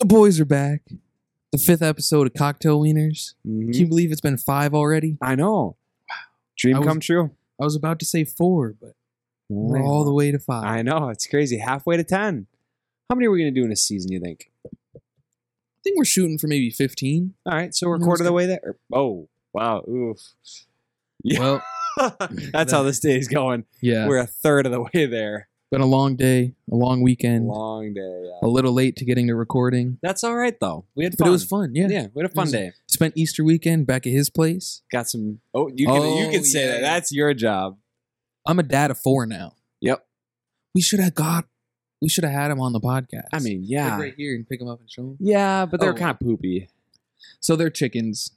The boys are back. The fifth episode of Cocktail Wieners. Mhm. Can you believe it's been five already? I know. Dream I was- come true. I was about to say four, but we're all the way to five. I know. It's crazy. Halfway to 10. How many are we going to do in a season, you think? I think we're shooting for maybe 15. All right. So we're No, quarter of it's the way there. Or- Oh, wow. Oof. Yeah. Well, That's how this day's going. yeah. We're a third of the way there. been a long day, a long weekend, Long day. a Yeah. little late to getting to recording. That's all right, though. We had Oh. But fun. it was fun, yeah. Yeah. we had a fun was- day. Spent Easter weekend back at his place. Got some. Oh, you can, you Oh, can say yeah, that. yeah. That's your job. I'm a dad of four now. Yep. We should have got we should have had him on the podcast. I mean, Like yeah. right here and pick him up and show him. Yeah, but they're Oh. kind of poopy. So they're chickens.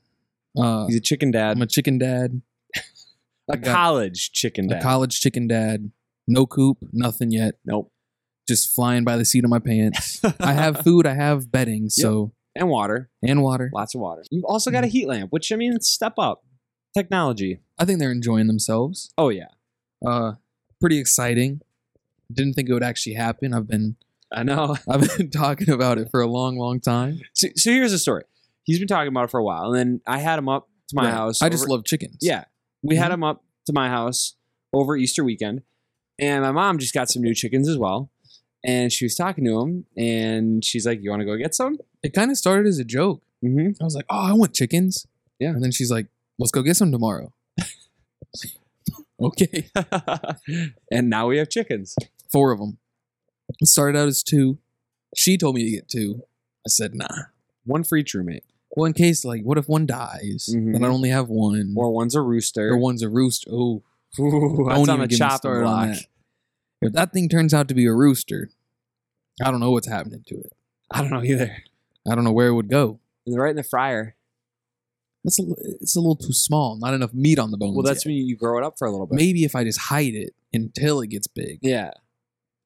Uh, He's a chicken dad. I'm a chicken dad, A I got- college chicken a dad. college chicken dad. No coop, nothing yet. nope. Just flying by the seat of my pants. I have food, I have bedding, so and water. and water. Lots of water. You've also Hmm. got a heat lamp, which I mean, step up. Technology. I think they're enjoying themselves. Oh yeah, Uh, pretty exciting. Didn't think it would actually happen. I've been I know. I've been talking about it for a long, long time. So, so here's the story. He's been talking about it for a while, and then I had him up to my Right. house. I just over- love chickens. Yeah, we had Mhm. him up to my house over Easter weekend, and my mom just got some new chickens as well. And she was talking to him, and she's like, "You want to go get some?" It kind of started as a joke. Mm-hmm. I was like, "Oh, I want chickens." Yeah. And then she's like, "Let's go get some tomorrow." okay, and now we have chickens. four of them. It started out as two. She told me to get two. I said, "Nah." One for each roommate, Well, in case like, what if one dies? Mhm. Then I only have one. or one's a rooster. or one's a rooster. Oh, Ooh, I that's won't on even the get me chopping started on block. that. if that thing turns out to be a rooster, I don't know what's happening to it. I don't know either. I don't know where it would go. And they're right in the fryer. It's a, it's a little too small. Not enough meat on the bones. Well, that's yet. when you grow it up for a little bit. maybe if I just hide it until it gets big. Yeah,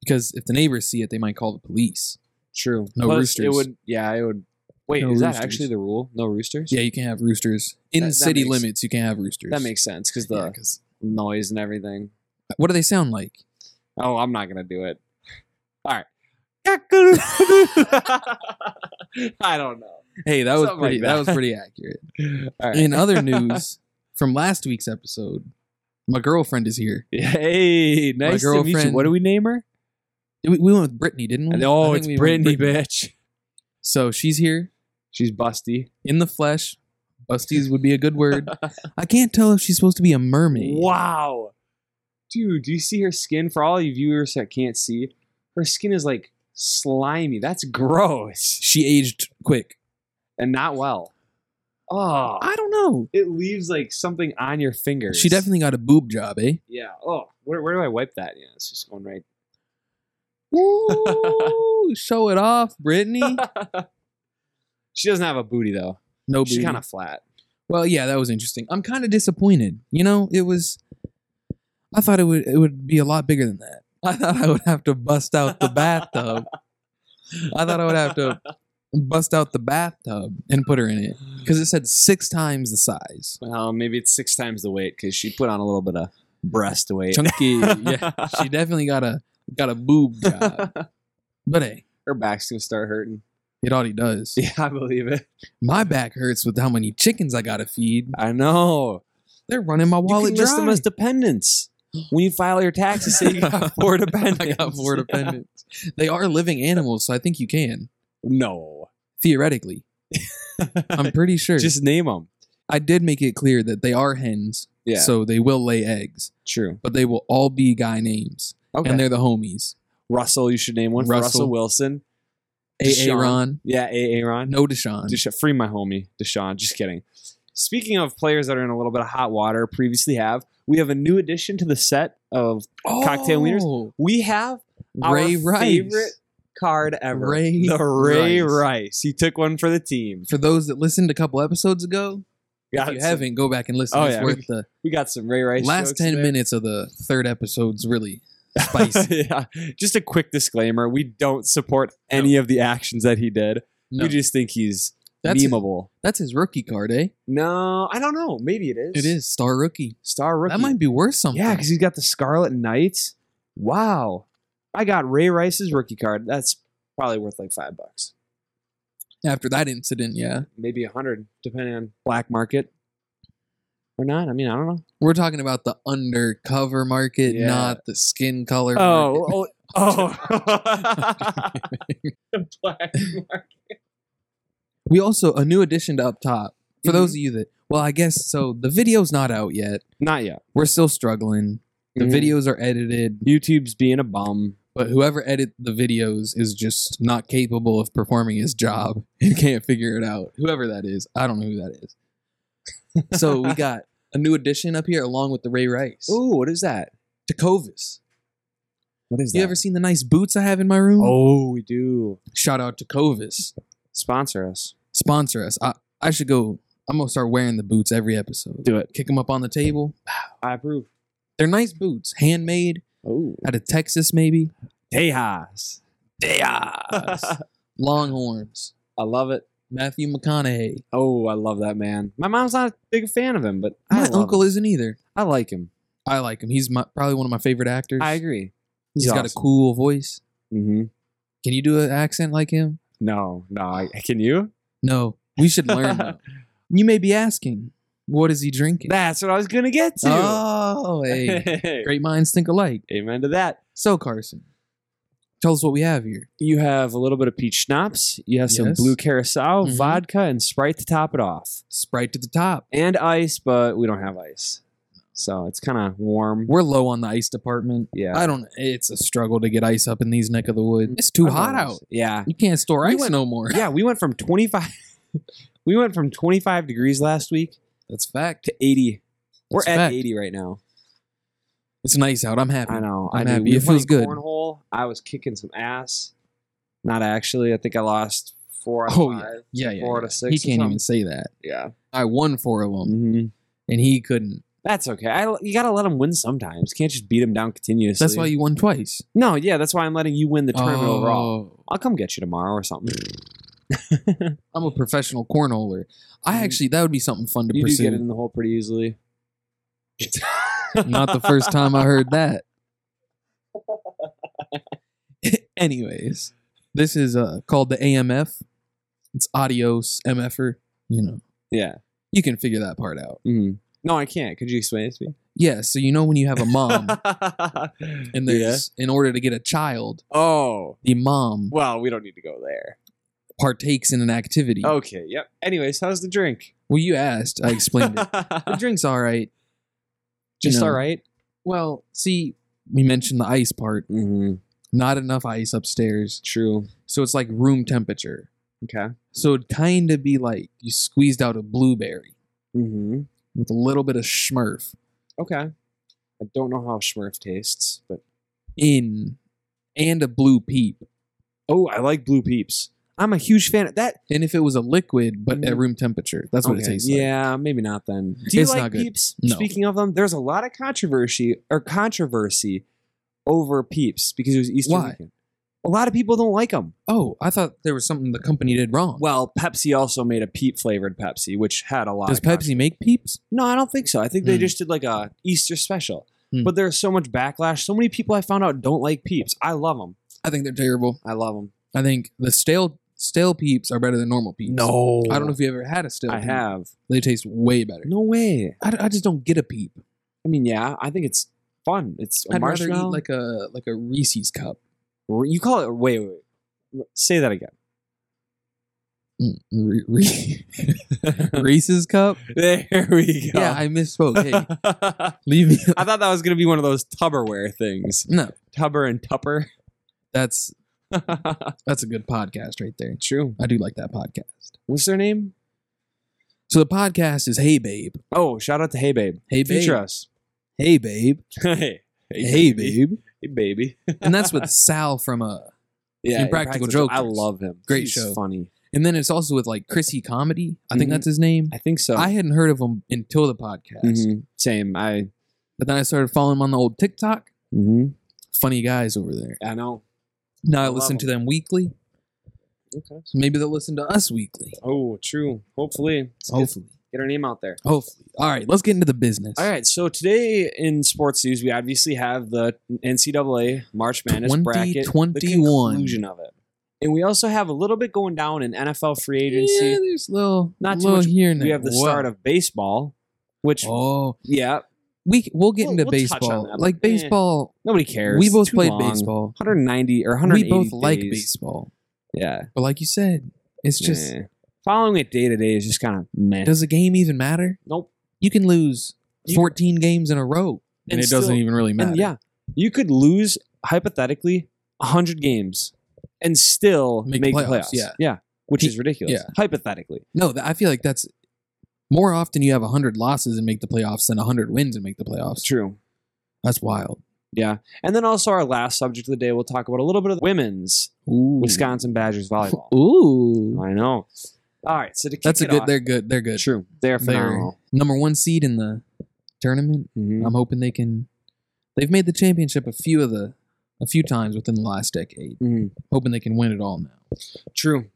because if the neighbors see it, they might call the police. true. No roosters. It would. Yeah, it would. Wait, No is that roosters. actually the rule? No roosters. Yeah, you can't have roosters in That- that city makes- limits. You can't have roosters. that makes sense because the Yeah, 'cause- noise and everything. what do they sound like? Oh, I'm not gonna do it. All right. I don't know. Hey, that was Something like pretty. that. that was pretty accurate. All right. In other news from last week's episode, my girlfriend is here. Hey, nice to meet you. girlfriend- What do we name her? We, we went with Brittany, didn't we? I oh, think it's we went Brittany, with bitch. So she's here She's busty. in the flesh. Busties would be a good word. I can't tell if she's supposed to be a mermaid. Wow. Dude, do you see her skin? For all you viewers that can't see, her skin is like slimy. That's gross. She aged quick. And not well. Oh. I don't know. It leaves like something on your fingers. She definitely got a boob job, eh? Yeah. Oh, where, where do I wipe that? Yeah, it's just going right. Ooh, show it off, Brittany. She doesn't have a booty though. No She's booty. kind of flat. Well, yeah, that was interesting. I'm kind of disappointed. You know, it was. I thought it would it would be a lot bigger than that. I thought I would have to bust out the bathtub. I thought I would have to bust out the bathtub and put her in it because it said six times the size. Well, maybe it's six times the weight because she put on a little bit of breast weight. Chunky, yeah. She definitely got a got a boob job, but hey, Her back's gonna start hurting. it already does. Yeah, I believe it. My back hurts with how many chickens I gotta feed. I know. They're running my you wallet can list them dry. as dependents when you file your taxes. Say you got four dependents. I got four Yeah. dependents. They are living animals, so I think you can No, theoretically. I'm pretty sure. just name them. I did make it clear that they are hens, Yeah, so they will lay eggs, true. but they will all be guy names, Okay, and they're the homies. Russell, you should name one. Russell, Russell Russell. Wilson. Deshaun. Aaron, Yeah, Aaron. no Deshaun. Desha- free my homie, Deshaun. Just kidding. Speaking of players that are in a little bit of hot water, previously have, we have a new addition to the set of Cocktail wieners. we have our Oh, Ray Rice. favorite card ever. Ray the Ray Rice. Rice. He took one for the team. For those that listened a couple episodes ago, Got if you some- haven't, go back and listen. Oh, it's yeah. worth the we got some Ray Rice. last jokes ten there. minutes of the third episode's really spicy. yeah. Just a quick disclaimer: we don't support any of the actions that he did. No, We just think he's that's, memeable. that's his rookie card, eh? No, I don't know. Maybe it is. It is star rookie. star rookie. That might be worth something. Yeah, because he's got the Scarlet Knights. Wow. I got Ray Rice's rookie card. That's probably worth like five bucks. after that incident. Yeah, maybe a hundred, depending on black market or not. I mean, I don't know. we're talking about the undercover market, Yeah. not the skin color. market. Oh, oh, oh. the black market. we also a new addition to Up Top. For Mhm. those of you that, well, I guess so. The video's not out yet. Not yet. We're still struggling. The Mhm. videos are edited, YouTube's being a bum. but whoever edit the videos is just not capable of performing his job and can't figure it out. Whoever that is, I don't know who that is. so we got a new addition up here along with the Ray Rice. Ooh, what is that? Takovis. What is You ever seen the nice boots I have in my room? oh, we do. Shout out to Covis. Sponsor us. Sponsor us. I, I should go. I'm going to start wearing the boots every episode. Do it. Kick them up on the table. I approve. They're nice boots, handmade Oh, out of Texas, maybe. Tejas. Tejas. Longhorns. I love it. Matthew McConaughey. Oh, I love that man. My mom's not a big fan of him, but I My love uncle him. isn't either. I like him. I like him. He's my, probably one of my favorite actors. I agree. He's got a cool voice. Mm-hmm. Can you do an accent like him? No, no. I, can you? No. We should learn. though. you may be asking, what is he drinking? That's what I was gonna get to. Oh, hey. Great minds think alike. Amen to that. So, Carson, tell us what we have here. You have a little bit of peach schnapps. You have some Yes. blue curacao, Mhm. vodka, and Sprite to top it off, Sprite to the top. and ice. But we don't have ice, so it's kind of warm. We're low on the ice department. Yeah, I don't. It's a struggle to get ice up in these neck of the woods. It's too hot out. Yeah, You can't store We ice went- no more. yeah. We went from twenty five. we went from twenty five degrees last week That's fact. to eighty. We're That's at fact. eighty right now. It's nice out. I'm happy. I know. I'm I happy. do. We It were playing feels good. Cornhole. I was kicking some ass. Not actually. I think I lost four out of Oh, five. Yeah, yeah. Four yeah. out of six. He or can't even say something. that. Yeah. I won four of them, Mm-hmm. and he couldn't. That's okay. I, you gotta let them win sometimes. Can't just beat them down continuously. That's why you won twice. no, yeah, that's why I'm letting you win the tournament overall. Oh. I'll come get you tomorrow or something. I'm a professional cornholer. I You- actually that would be something fun to You do pursue. get in the hole pretty easily. Not the first time I heard that. Anyways, this is uh, called the AMF. It's Adios MFer. You know, Yeah. you can figure that part out. Mhm. No, I can't. Could you explain it to me? Yeah, so you know when you have a mom and Yeah. there's in order to get a child, Oh. the mom Well, we don't need to go there. partakes in an activity. Okay. Yep. Anyways, how's the drink? Well, you asked, I explained it. The drink's all right. you Just know. all right. Well, see, we mentioned the ice part. Mm-hmm. Not enough ice upstairs, True. so it's like room temperature. Okay. So it'd kind of be like you squeezed out a blueberry Mm-hmm. with a little bit of schmurf Okay. I don't know how Schmurf tastes, but in and a blue peep. oh, I like Blue Peeps. I'm a huge fan of that. And if it was a liquid but at Mm. room temperature, that's what it Okay, tastes like. Yeah, maybe not then. Do you It's like not good. Peeps? No. Speaking of them, there's a lot of controversy or controversy over Peeps because it was Easter Why? weekend. A lot of people don't like them. Oh, I thought there was something the company did wrong. Well, Pepsi also made a peep flavored Pepsi, which had a lot. Does of controversy. Pepsi make peeps? No, I don't think so. I think they Hmm. just did like a Easter special. Hmm. But there's so much backlash. So many people I found out don't like Peeps. I love them. I think they're terrible. I love them. I think the stale stale peeps are better than normal peeps. No, I don't know if you ever had a stale. I peep. have. They taste way better. No way. I, I just don't get a peep. I mean, yeah, I think it's fun. It's a I'd rather eat marshmallow. like a like a Reese's cup. you call it. Wait, wait, wait. Say that again. Mm, Re- Re- Reese's cup. There we go. Yeah, I misspoke. Hey, I, leave me. thought that was gonna be one of those Tupperware things. No, Tubber and Tupper. that's that's a good podcast right there. True. I do like that podcast. What's their name? So the podcast is Hey Babe. Oh, shout out to Hey Babe. Hey Babe. Feature us. Hey Babe. hey, Hey Babe. Hey baby. and that's with Sal from uh Yeah, Impractical I Jokers. love him. Great He's show. Funny. and then it's also with like Chrissy Comedy. I think Mhm. that's his name. I think so. I hadn't heard of him until the podcast. Mhm. Same. I. But then I started following him on the old TikTok. Mm-hmm. mhm. Funny guys over there. I know. Now I, I love listen to them. them weekly. Okay. So maybe they'll listen to us weekly. Oh, true. Hopefully. Let's get- Hopefully. Get our name out there. Hopefully. All right, let's get into the business. All right. So today in sports news, we obviously have the NCAA March Madness bracket, the 2021. conclusion of it. And we also have a little bit going down in NFL free agency. Yeah, there's little Not not too little much- here. and we there. have the Whoa. start of baseball, which Oh, yeah, we we'll get We'll- into we'll touch on baseball. that, like but, eh, baseball, nobody cares. we both Too played long. baseball. 190 or 180 We both like days. baseball, Yeah, but like you said, it's just eh. following it day to day is just kind of meh. does a game even matter? Nope. You can lose You- 14 games in a row, and, And it doesn't still- even really matter. And yeah, you could lose hypothetically 100 games and still Make make, the the playoffs, playoffs. yeah. yeah, which He- is ridiculous. yeah. Hypothetically, No, th- I feel like that's more often you have 100 losses and make the playoffs than 100 wins and make the playoffs. true. That's wild. Yeah, and then also our last subject of the day, we'll talk about a little bit of women's Ooh. Wisconsin Badgers volleyball. Ooh. I know. All right, so to kick That's a it good. off- They're good. They're good. True, they are They're- phenomenal. Number one seed in the tournament. Mhm. I'm hoping they can. They've made the championship a few of the, a few times within the last decade. Mhm. Hoping they can win it all now. True.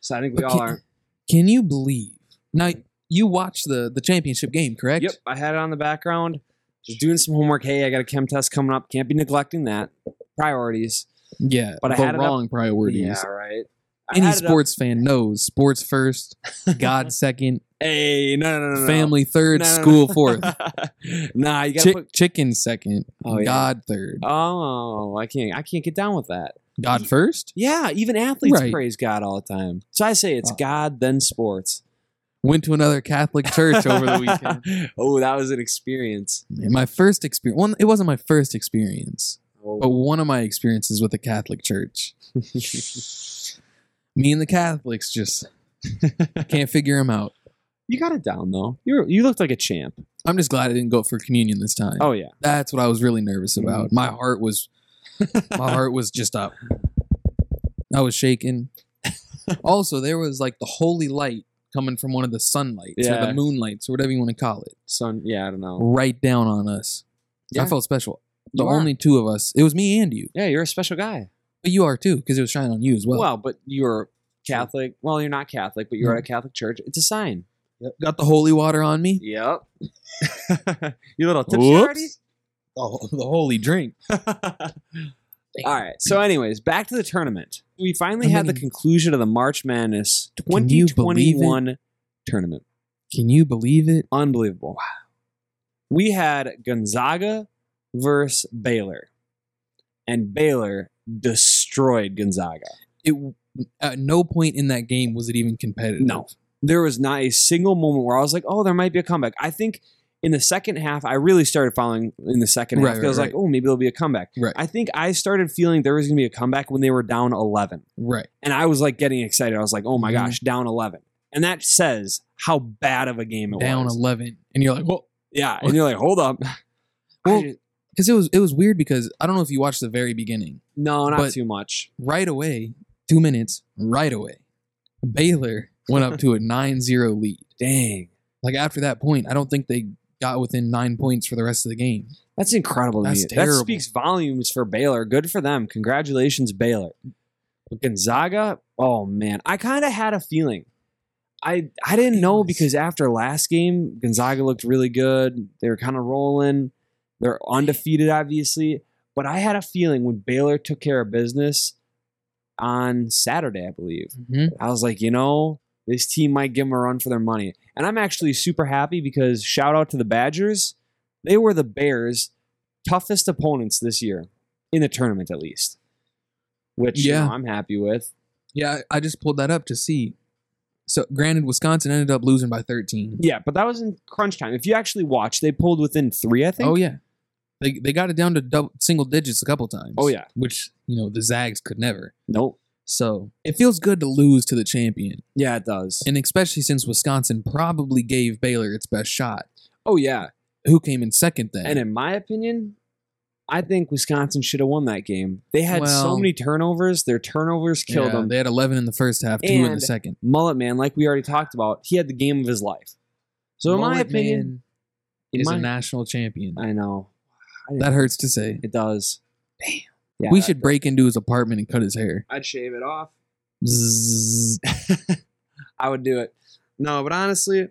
So I think we But all can- are. Can you believe? Now you watched the the championship game, correct? Yep, I had it on the background. Just doing some homework. Hey, I got a chem test coming up. Can't be neglecting that. Priorities. Yeah. But But I the had it up- wrong priorities. Yeah, right. I Any had it up- sports fan knows sports first, God second, Hey, no, no, no, no. family third, No, no, no. school fourth, nah, you gotta Chi- put. chicken second, Oh, yeah. God third, Oh, I can't. I can't get down with that. God first. Yeah, even athletes Right. praise God all the time. So I say it's Oh. God, then sports. Went to another Catholic church over the weekend. oh, that was an experience. Man, my first experience. One, it wasn't my first experience, Oh. but one of my experiences with the Catholic Church. Me and the Catholics just can't figure them out. You got it down though. You were, you looked like a champ. I'm just glad I didn't go up for communion this time. Oh Mm-hmm. yeah. That's what I was really nervous about. My heart was, my heart was just up. I was shaking. Also, there was like the holy light coming from one of the sunlights or Yeah. the moonlights or whatever you want to call it, Son. Yeah, I don't know. right down on us. Yeah. I felt special. The You are. only two of us. It was me and you, Yeah, you're a special guy. but you are too because it was shining on you as well. Hmm. Well, but you're Catholic. Well, you're not Catholic, but you're at a Catholic church. It's a sign. Got the holy water on me. Yep. you little tipsy. Whoops. Oh, the holy drink. All right. So, anyways, back to the tournament. We finally I had the mean- conclusion of the March Madness Can you believe it? 2021 tournament. Can you believe it? Unbelievable. We had Gonzaga versus Baylor, and Baylor destroyed Gonzaga. It at no point in that game was it even competitive. No. There was not a single moment where I was like, oh, there might be a comeback. I think in the second half, I really started following in the second half. Right, I was right, like, oh, maybe there'll be a comeback. Right. I think I started feeling there was going to be a comeback when they were down 11. Right. And I was like getting excited. I was like, oh my Mhm. gosh, down 11. And that says how bad of a game it Down was. eleven, and you're like, well, Yeah. And you're like, hold up. I Well, just- because it was it was weird because I don't know if you watched the very beginning. no, not but- too much. Right away, two minutes, right away, Baylor went up to a 9-0 lead. Dang. Like after that point, I don't think they got within nine points for the rest of the game. That's incredible. to That's me. That terrible. speaks volumes for Baylor. Good for them. Congratulations, Baylor. But Gonzaga, oh man, I kind of had a feeling. I I didn't know Yes. because after last game, Gonzaga looked really good. They were kind of rolling. They're undefeated, obviously. But I had a feeling when Baylor took care of business on Saturday, I believe. Mm-hmm. I was like, you know, this team might give them a run for their money. And I'm actually super happy because shout out to the Badgers. They were the Bears' toughest opponents this year, in the tournament at least, which you Yeah. know, I'm happy with. Yeah, I I just pulled that up to see. So, granted, Wisconsin ended up losing by thirteen. Yeah, but that was in crunch time. If you actually watch, they pulled within three, I think. Oh yeah, they they got it down to double, single digits a couple times. Oh, yeah. which you know the Zags could never. Nope. So it feels good to lose to the champion, Yeah, it does. and especially since Wisconsin probably gave Baylor its best shot, oh, yeah. who came in second then. And in my opinion, I think Wisconsin should have won that game. They had so Well- many turnovers. Their turnovers Yeah, killed them. They had eleven in the first half, two in And the second. Mullet Man, like we already talked about, he had the game of his life. So in my Mullet opinion, Man in is my- a national champion. I know That hurts to say. it does. Damn. Yeah, we should break into his apartment and cut his hair. I'd shave it off. Zzzz. I would do it. No, but honestly, it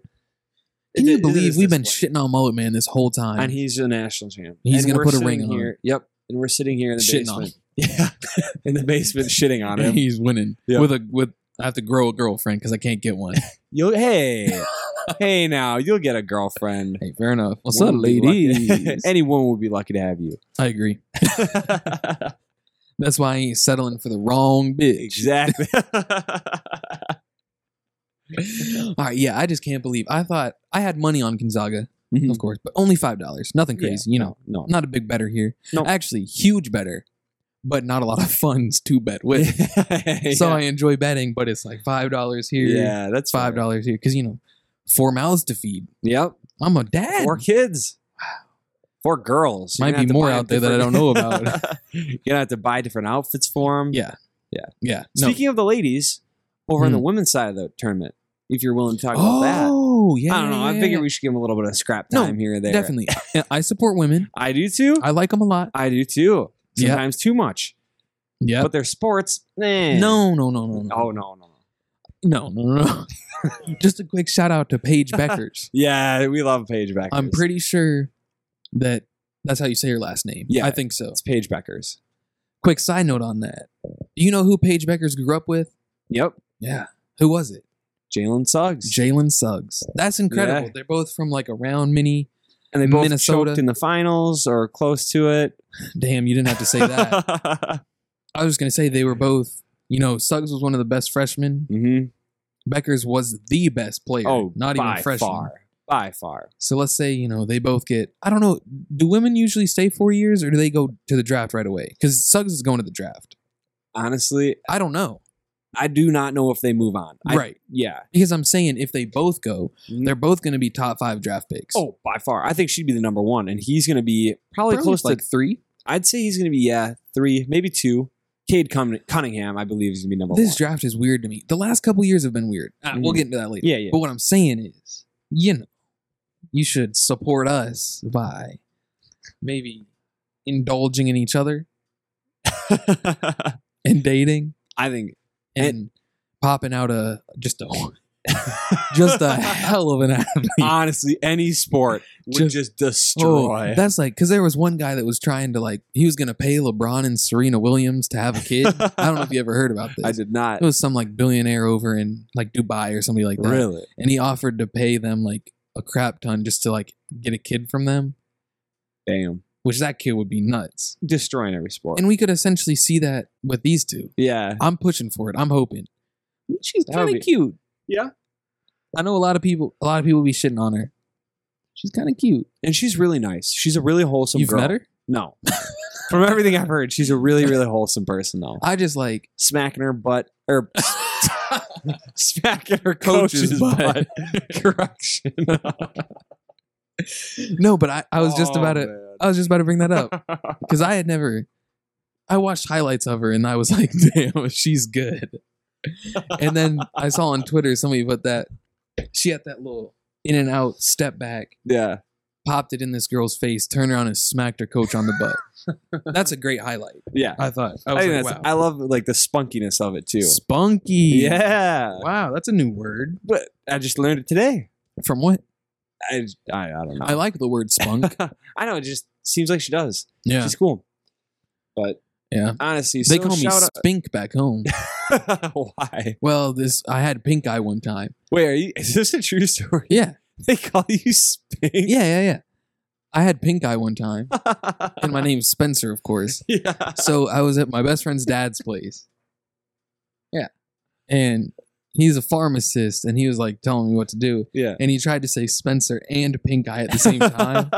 Can i- you it believe is we've this been way. shitting on Mullet Man this whole time? And he's a national champ. He's And gonna we're put a sitting ring on. here. Yep. And we're sitting here in the Shitting on basement. Yeah. In the basement shitting on him. He's winning Yeah. with a with. I have to grow a girlfriend because I can't get one. You'll hey. hey now, you'll get a girlfriend. hey, fair enough. What's up, Woman would be lucky- ladies? Any woman would be lucky to have you. I agree. That's why I ain't settling for the wrong bitch. exactly. All right, yeah, I just can't believe. I thought I had money on Gonzaga, Mhm. of course, but only five dollars. Nothing Yeah, crazy, you know. No. Not a big better here. Nope. Actually, huge better, but not a lot of funds to bet with. So I enjoy betting, but it's like five dollars here, yeah, that's five fair. dollars here, because you know, four mouths to feed. Yep. I'm a dad. Four kids. Four girls. You're Might gonna be have to more buy out there that I different- don't know about. You're gonna have to buy different outfits for them. Yeah. yeah. No. Speaking of the ladies, over on Hmm. the women's side of the tournament, if you're willing to talk about that, oh, yeah. I don't know. yeah, I yeah, figure yeah. we should give them a little bit of scrap No, time here or there. definitely. I- I support women. I do too. I, I like them a lot. do too. Yeah. Sometimes too much, Yeah. but their sports. Eh. No, no, no, no, no. Oh no, no, no. No, no, no, no. Just a quick shout out to Paige Beckers. Yeah, we love Paige Beckers. I'm pretty sure that that's how you say her last name. Yeah. I think so. It's Paige Beckers. Quick side note on that. Do you know who Paige Beckers grew up with? Yep. Yeah. Who was it? Jalen Suggs. Jalen Suggs. That's incredible. Yeah. They're both from like around mini. and they both Minnesota. choked in the finals or close to it. Damn, you didn't have to say that. I was going to say they were both, you know, Suggs was one of the best freshmen. hmm Beckers was the best player. Oh, Mm-hmm. not by even freshman. far, by far. So let's say, you know, they both get, I don't know, do women usually stay four years or do they go to the draft right away? Because Suggs is going to the draft. Honestly, I don't know. I do not know if they move on. I- right. Yeah. Because I'm saying if they both go, they're both going to be top five draft picks. Oh, by far. I think she'd be the number one, and he's going to be probably, probably close like to. three. I'd say he's going to be yeah three, maybe two. Cade Cun- Cunningham, I believe, is going to be number This one. draft is weird to me. The last couple years have been weird. Ah, We'll Mhm. get into that later. yeah, yeah. But what I'm saying is, you know, you should support us by maybe indulging in each other and dating I think and popping out a just a just a hell of an athlete. honestly, any sport would Just- just, Oh, destroy. that's like because there was one guy that was trying to like he was gonna pay LeBron and Serena Williams to have a kid. I don't know if you ever heard about this. I did not It was some like billionaire over in like Dubai or somebody like that, really. and he offered to pay them like a crap ton just to like get a kid from them, Damn, which that kid would be nuts. destroying every sport. And we could essentially see that with these two. yeah, I'm pushing for it. I'm hoping she's That would kind be- of cute. Yeah. I know a lot of people. A lot of people be shitting on her. She's kind of cute. and she's really nice. She's a really wholesome. You've girl. met her. No. From everything I've heard, she's a really, really wholesome person, though. I just like Smacking her butt, or smacking her coach's Coach's butt. butt. Correction. no, but I, I was Oh, just about to it. I was just about to bring that up because I had never. I watched highlights of her and I was like, "Damn, she's good." And then I saw on Twitter somebody put that she had that little in and out step back, yeah. popped it in this girl's face, turned around and smacked her coach on the butt. That's a great highlight. Yeah. I thought I I, was think like, that's, wow. I love like the spunkiness of it too. Spunky. Yeah. Wow, that's a new word. But I just learned it today. From what? I, I, I don't know. I like the word spunk. I know. It just seems like she does. yeah. She's cool. But Yeah. honestly, They so call me shout spink back home. out- Why? Well, this I had pink eye one time. Wait, are you, is this a true story? Yeah. They call you Spink? Yeah, yeah, yeah. I had pink eye one time. And Yeah. my name's Spencer, of course. yeah. So I was at my best friend's dad's place. Yeah. And he's a pharmacist and he was like telling me what to do. Yeah. And he tried to say Spencer and pink eye at the same time.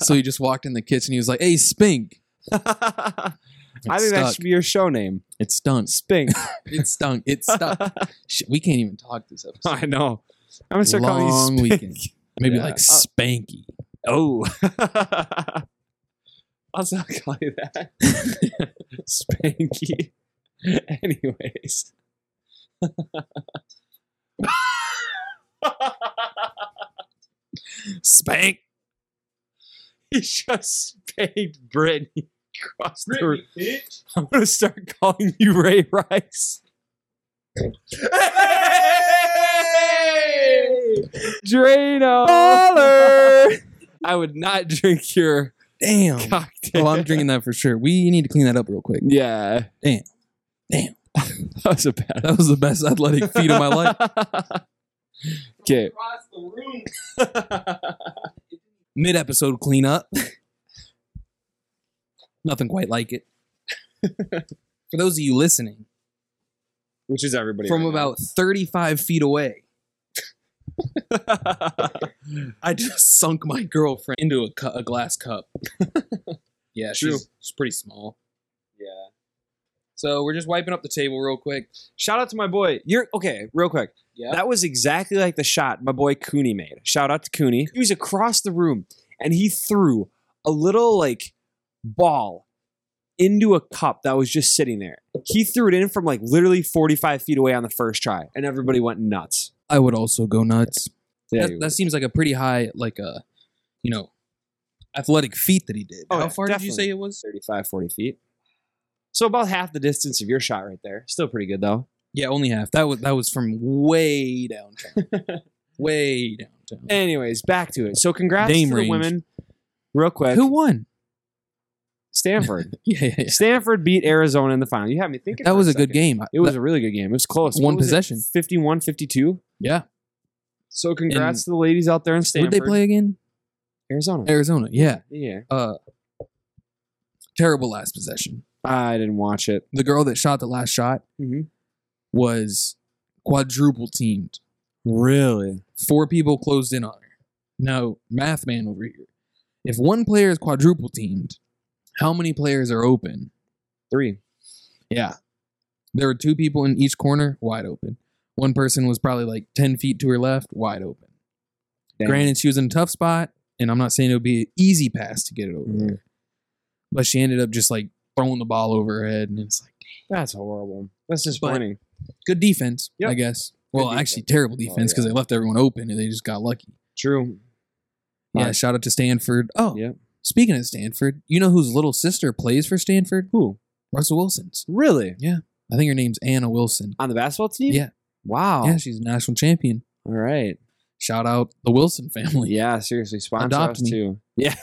so he just walked in the kitchen. He was like, hey, spink. I It think that stuck. should be your show name. It stunk. Spink. It stunk. It stuck. Shit, we can't even talk this episode. I know. I'm gonna start Long calling you Spink. weekend. Maybe Yeah. like Uh, Spanky. Oh. I'll stop calling you that. Spanky. Anyways. Spank. he just spanked Brittany across the room. I'm gonna start calling you Ray Rice. Drano. I would not drink your Damn. Oh, cocktail. I'm drinking that for sure. We need to clean that up real quick. Yeah. Damn. Damn. that was a bad That was the best athletic feat of my life. Okay. Across the room. Mid episode cleanup. Nothing quite like it. for those of you listening, Which is everybody. from right about 35 feet away, now. I just sunk my girlfriend into a, cu- a glass cup. yeah, True. she's, she's pretty small. yeah. So we're just wiping up the table real quick. Shout out to my boy. You're okay, real quick. Yeah. That was exactly like the shot my boy Cooney made. Shout out to Cooney. He was across the room and he threw a little like ball into a cup that was just sitting there. He threw it in from like literally 45 feet away on the first try and everybody went nuts. I would also go nuts. Yeah, that, that seems like a pretty high, like a, you know, athletic feat that he did. Oh, How yeah, far did you definitely. say it was? 35, 40 feet. So about half the distance of your shot right there. Still pretty good though. Yeah, only half. That was that was from way downtown, way downtown. Anyways, back to it. So congrats Dame to range. the women. Real quick. Who won? Stanford. Yeah, yeah, yeah. Stanford beat Arizona in the final. You had me thinking. That for was a second. good game. It was a really good game. It was close. One What was it? possession. 51 52. yeah. So congrats And- to the ladies out there in Who'd Stanford. they play again? Arizona. Arizona. Yeah. yeah. Uh, terrible last possession. I didn't watch it. The girl that shot the last shot Mhm. was quadruple teamed. Really? Four people closed in on her. Now, math man over here. If one player is quadruple teamed, how many players are open? Three. Yeah. There were two people in each corner, wide open. One person was probably like 10 feet to her left, wide open. Damn. Granted, she was in a tough spot, and I'm not saying it would be an easy pass to get it over Mhm. there, but she ended up just like throwing the ball over her head, and it's like That's horrible. That's disappointing. good defense, Yep. I guess. Good Well, defense. Oh, actually, terrible defense because yeah. they left everyone open and they just got lucky. True. Yeah, Nice. shout out to Stanford. Oh, Yep. speaking of Stanford, you know whose little sister plays for Stanford? Who? Russell Wilson's. Really? I think her name's Anna Wilson. On the basketball team? Yeah. Wow. Yeah, she's a national champion. All right. Shout out the Wilson family. Yeah, seriously. Sponsor Adopt us me. too. Yeah.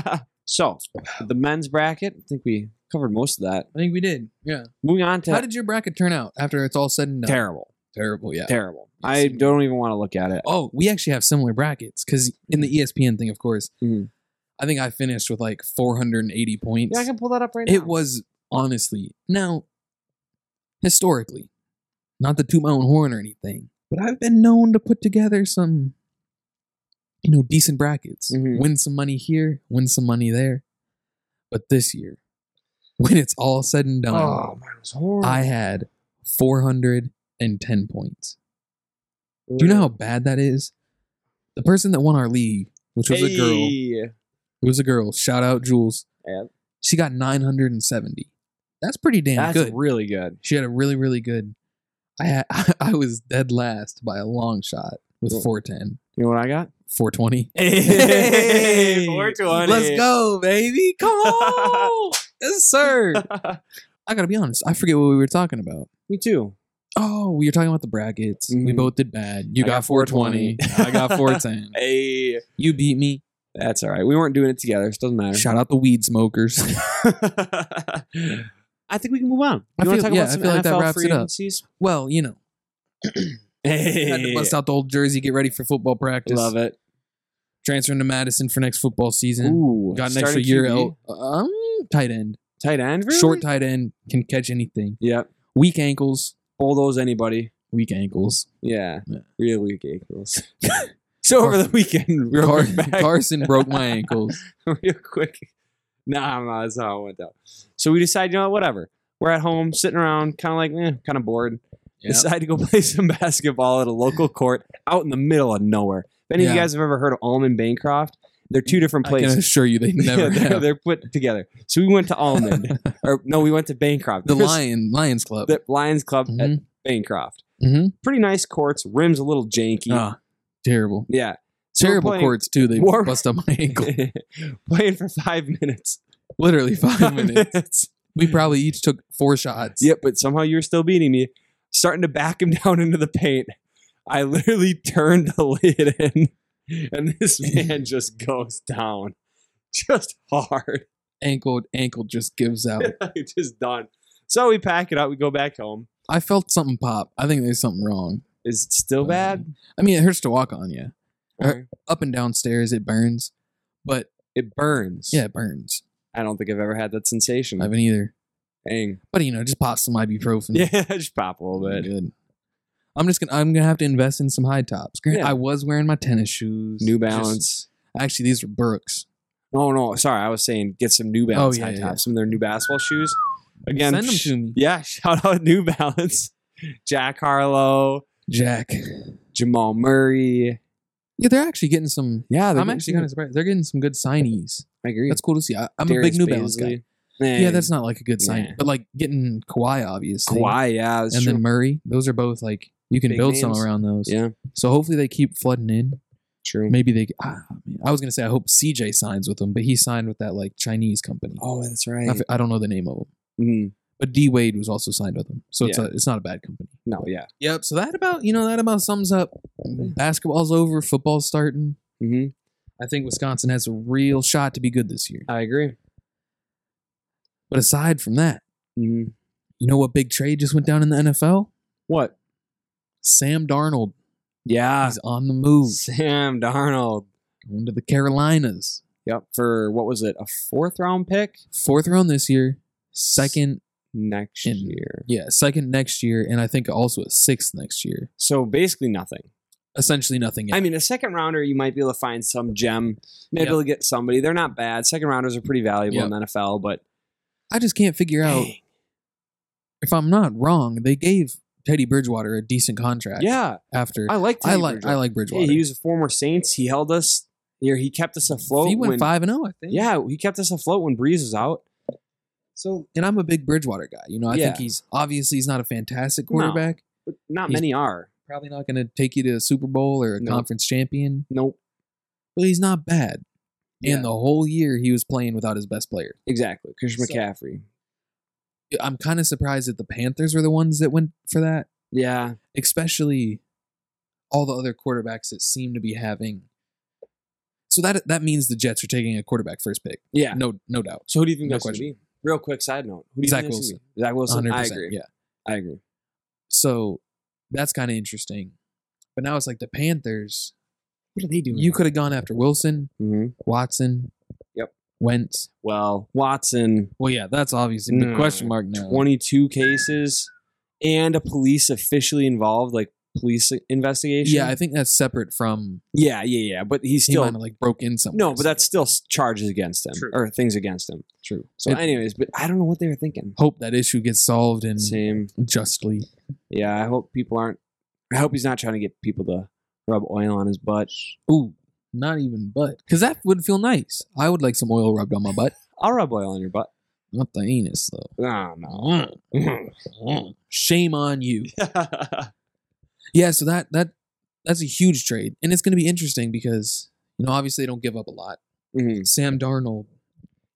so, the men's bracket, I think we covered most of that. I think we did. Yeah. Moving on to How did your bracket turn out after it's all said and done? terrible. Terrible. Yeah. Terrible. Yes. I don't even want to look at it. Oh, we actually have similar brackets because in the E ESPN thing, of course, Mhm. I think I finished with like 480 points. Yeah, I can pull that up right now. it was honestly now historically, not to toot my own horn or anything, but I've been known to put together some, you know, decent brackets. Mhm. Win some money here, win some money there, but this year, when it's all said and done, Oh, mine was horrible. I had 410 points. Do you know how bad that is? The person that won our league, which was a girl, it Hey. was a girl. Shout out Jules. Yeah. She got 970. That's pretty damn That's good. really good. she had a really really good. I had I was dead last by a long shot with Cool. 410, You know what I got? 420. Hey, 420. Let's go, baby. Come on. yes, sir. I got to be honest. I forget what we were talking about. Me too. Oh, we were talking about the brackets. We Mhm. both did bad. You I got, got 420. 420. I got 410. Hey, you beat me. that's all right. We weren't doing it together. so It doesn't matter. Shout out the weed smokers. I think we can move on. I You want feel- to talk yeah, I about some feel like NFL that wraps free it up. agencies? well, you know, had to Hey, bust out the old jersey, get ready for football practice. Eh. love it. Transferring to Madison for next football season. Ooh, got an starting extra year QB? out. Um, tight end, Tight end, really? short tight end, can catch anything. Yep. Weak ankles, Bulldoze anybody. weak ankles. Yeah. Yeah. Real weak ankles. so over the weekend, real Car- quick back- Carson broke my ankles. real quick. Nah, nah, that's not how it went down. So we decide, you know, what, whatever. We're at home, sitting around, kind of like, eh, kind of bored. Yeah. Decide to go play some basketball at a local court out in the middle of nowhere. If any of Yeah. you guys have ever heard of Almond Bancroft, they're two different I can places. assure you, they never Yeah, they're, have. they're put together. So we went to Almond, or no, we went to Bancroft. The There's Lion Lions Club. the Lions Club at Mhm. Bancroft. Mhm. Pretty nice courts. Rims a little janky. Ah, terrible. Yeah, So we're Terrible playing- courts too. They Warm- bust up my ankle. playing for five minutes. Literally five minutes. We probably each took four shots. Yep, but somehow you're still beating me. Starting to back him down into the paint. I literally turned the lid in, and this man just goes down. just hard. ankle ankle just gives out. just done. So we pack it up. We go back home. I felt something pop. I think there's something wrong. Is it still Um, bad? I mean, it hurts to walk on you. Or- Up and down stairs, it burns. But It burns. yeah, it burns. I don't think I've ever had that sensation. I haven't either. Dang. But you know, just pop some ibuprofen. Yeah, just pop a little Be bit. good. I'm just gonna. I'm gonna have to invest in some high tops. Grant, Yeah. I was wearing my tennis shoes. New Just- Balance. actually, these are Brooks. Oh no, sorry. I was saying get some New Balance Oh, yeah, high yeah, tops, yeah. some of their new basketball shoes. Again, Send them sh- to me, yeah. Shout out New Balance, Jack Harlow, Jack. Jamal Murray. Yeah, they're actually getting some. Yeah, I'm actually kind of surprised. They're getting some good signees. I agree. That's cool to see. I, I'm a big New Balance guy. Yeah, that's not like a good sign, Nah. but like getting Kawhi, obviously. Kawhi. Yeah, that's and true. then Murray. Those are both like you can Big build some names. around those. yeah, So hopefully they keep flooding in. true. Maybe they. Ah, man. I was gonna say I hope CJ signs with them, but he signed with that like Chinese company. Oh, that's I right. f- I don't know the name of them, Mhm. but D Wade was also signed with them, so it's Yeah. a, it's not a bad company. No, yeah. Yep. So that about you know that about sums up. Mm. Basketball's over. Football's starting. hmm I think Wisconsin has a real shot to be good this year. I agree. But aside from that, Mhm. you know what big trade just went down in the NFL? What? Sam Darnold. Yeah, He's on the move, Sam Darnold. going to the Carolinas. Yep. For what was it? A fourth round pick Fourth round this year, second, next In- year. yeah, second next year, and I think also a sixth next year. So basically nothing. Essentially nothing. Yet. I mean, a second rounder, you might be able to find some gem. Maybe Yep. able to get somebody. They're not bad. Second rounders are pretty valuable in the NFL, but I just can't figure out Dang. if I'm not wrong. They gave Teddy Bridgewater a decent contract. yeah, After I like. I Teddy like I Bridgewater. like Bridgewater. Yeah, he was a former Saints. He held us. Here, he kept us afloat. he went when- five and zero. I think. Yeah, he kept us afloat when Breeze was out. So and I'm a big Bridgewater guy. You know, I Yeah. think he's obviously he's not a fantastic No. quarterback. But not He's- many are. Probably not going to take you to a Super Bowl or a No. conference champion, Nope. but he's not bad. Yeah. And the whole year he was playing without his best player. Exactly. Christian So- McCaffrey. I'm kind of surprised that the Panthers were the ones that went for that, Yeah. especially all the other quarterbacks that seem to be having. So that that means the Jets are taking a quarterback first pick. Yeah. No, no doubt. So who do you think No that's going to question. be? Real quick side note. Who do you Zach think that's Wilson. gonna be? Zach Wilson. 100%. I agree. Yeah. I agree. So that's kind of interesting. But now it's like the Panthers. What are they doing? You could have gone after Wilson, hmm Watson. Yep. Wentz. Well, Watson, Well, yeah, that's obviously a big No. question mark now. 22 cases and a police officially involved, like police investigation. Yeah, I think that's separate from yeah, yeah, yeah. But he's he still. might have like broke in somewhere. no, but that's still s- charges against him True. or things against him. true. So, anyways, but I don't know what they were thinking. hope that issue gets solved and Same. justly. Yeah, I hope people aren't. I hope he's not trying to get people to rub oil on his butt. Ooh, not even butt, because that would feel nice. I would like some oil rubbed on my butt, I'll rub oil on your butt. not the anus though. Oh, no. Shame on you. Yeah, so that that that's a huge trade, and it's going to be interesting because you know obviously they don't give up a lot. Mhm. Sam Darnold,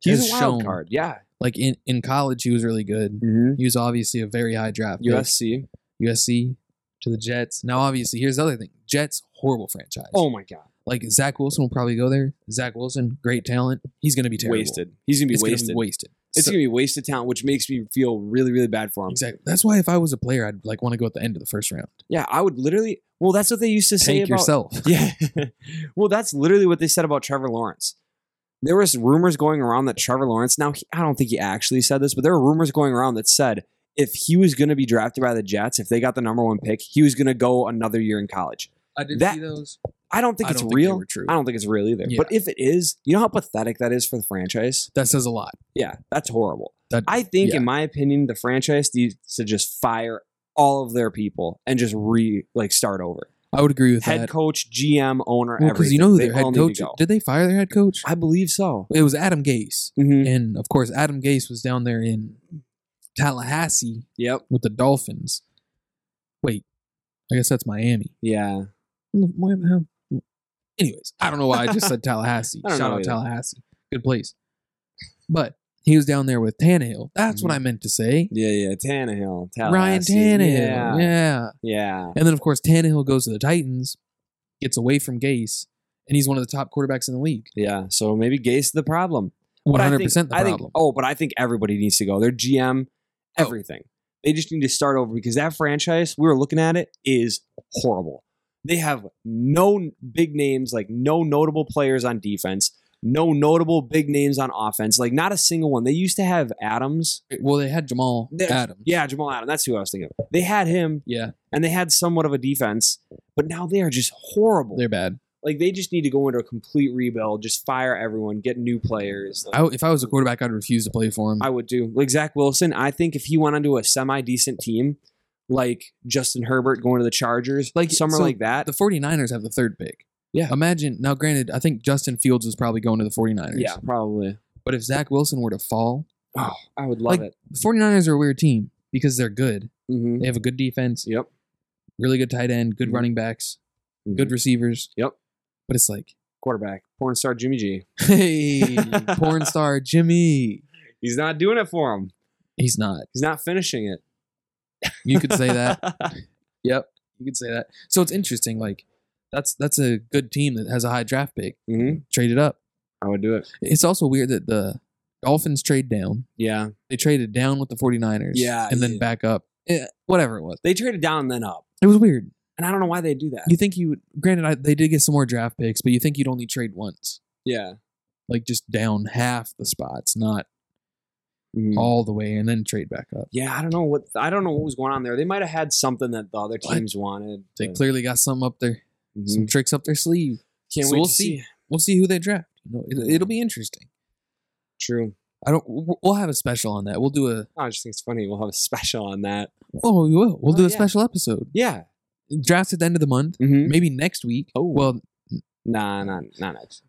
He's has a wild shown, card. Yeah. Like in in college, he was really good. Mm-hmm. He was obviously a very high draft. pick. USC. USC to the Jets. Now, obviously, here's the other thing: Jets horrible franchise. Oh my God. like Zach Wilson will probably go there. Zach Wilson, great talent. He's going to be terrible. Wasted. He's gonna be It's gonna wasted. wasted. It's So- gonna be wasted talent, which makes me feel really, really bad for him. exactly. That's why if I was a player, I'd like want to go at the end of the first round. Yeah, I would literally. Well, that's what they used to say Tank about. yourself. Yeah. well, that's literally what they said about Trevor Lawrence. There was rumors going around that Trevor Lawrence. Now, he, I don't think he actually said this, but there were rumors going around that said if he was going to be drafted by the Jets, if they got the number one pick, he was going to go another year in college. I did That- see those. I don't think I it's don't real. Think they were true. I don't think it's real either. Yeah. But if it is, you know how pathetic that is for the franchise? That says a lot. Yeah, that's horrible. That- I think, yeah. in my opinion, the franchise needs to just fire all of their people and just re like start over. I would agree with Head that. coach, GM, owner, Because everything. you know who They their head all need to coach. go. Did they fire their head coach? I believe so. It was Adam Gase, Mhm. and of course, Adam Gase was down there in Tallahassee Yep. with the Dolphins. Wait, I guess that's Miami. Yeah. Why the hell- Anyways, I don't know why I just said Tallahassee. I don't Shout know out either. Tallahassee. Good place. But he was down there with Tannehill. That's what I meant to say. Yeah. Mm. Yeah. Tannehill. Ryan Tallahassee. Yeah. Tannehill. Yeah. Yeah. And then, of course, Tannehill goes to the Titans, gets away from Gase, and he's one of the top quarterbacks in the league. Yeah. So maybe Gase the problem. One But I hundred think- percent the I think- problem. Oh. oh, but I think everybody needs to go. Their GM, everything. They just need to start over because that franchise we were looking at it is horrible. They have no big names, like no notable players on defense, no notable big names on offense, like not a single one. They used to have Adams. Well, they had Jamal They're- Adams. Yeah, Jamal Adams. That's who I was thinking of. They had him yeah, and they had somewhat of a defense, but now they are just horrible. they're bad. like they just need to go into a complete rebuild, just fire everyone, get new players. Like, I, if I was a quarterback, I'd refuse to play for him. I would do. Like Zach Wilson, I think if he went onto a semi decent team, like Justin Herbert going to the Chargers, Like, like somewhere so like that. the 49ers have the third pick. Yeah. Imagine now. Granted, I think Justin Fields was probably going to the 49ers. yeah, probably. But if Zach Wilson were to fall, Oh, I would love Like- it. the 49ers are a weird team because they're good. hmm They have a good defense, Yep. really good tight end, good Mhm. running backs, Mhm. good receivers. Yep. But it's like, Quarterback, porn star Jimmy G. hey, porn star Jimmy. He's not doing it for him. He's not. He's not finishing it. You could say that. yep. You could say that. So it's interesting. Like, that's that's a good team that has a high draft pick. hmm Trade it up. I would do it. It's also weird that the Dolphins trade down. Yeah. They traded down with the 49ers. Yeah, And then yeah. back up. Eh, whatever it was. They traded down and then up. It was weird. And I don't know why they do that. You think you would, granted, I, they did get some more draft picks, but you think you'd only trade once. Yeah. Like just down half the spots, not Mhm. all the way, and then trade back up. Yeah, I don't know what I don't know what was going on there. They might have had something that the other What? teams wanted. They but- clearly got some up there, Mhm. some tricks up their sleeve. Can't so wait we'll to see. We'll see who they draft. You know, it, it'll be interesting. True. I don't. w- We'll have a special on that. We'll do a. I just think it's funny. We'll have a special on that. Oh, we will. We'll Oh, do a yeah. special episode. Yeah. Drafts at the end of the month. Mm-hmm. Maybe next week. Oh. Well, Nah, not not next.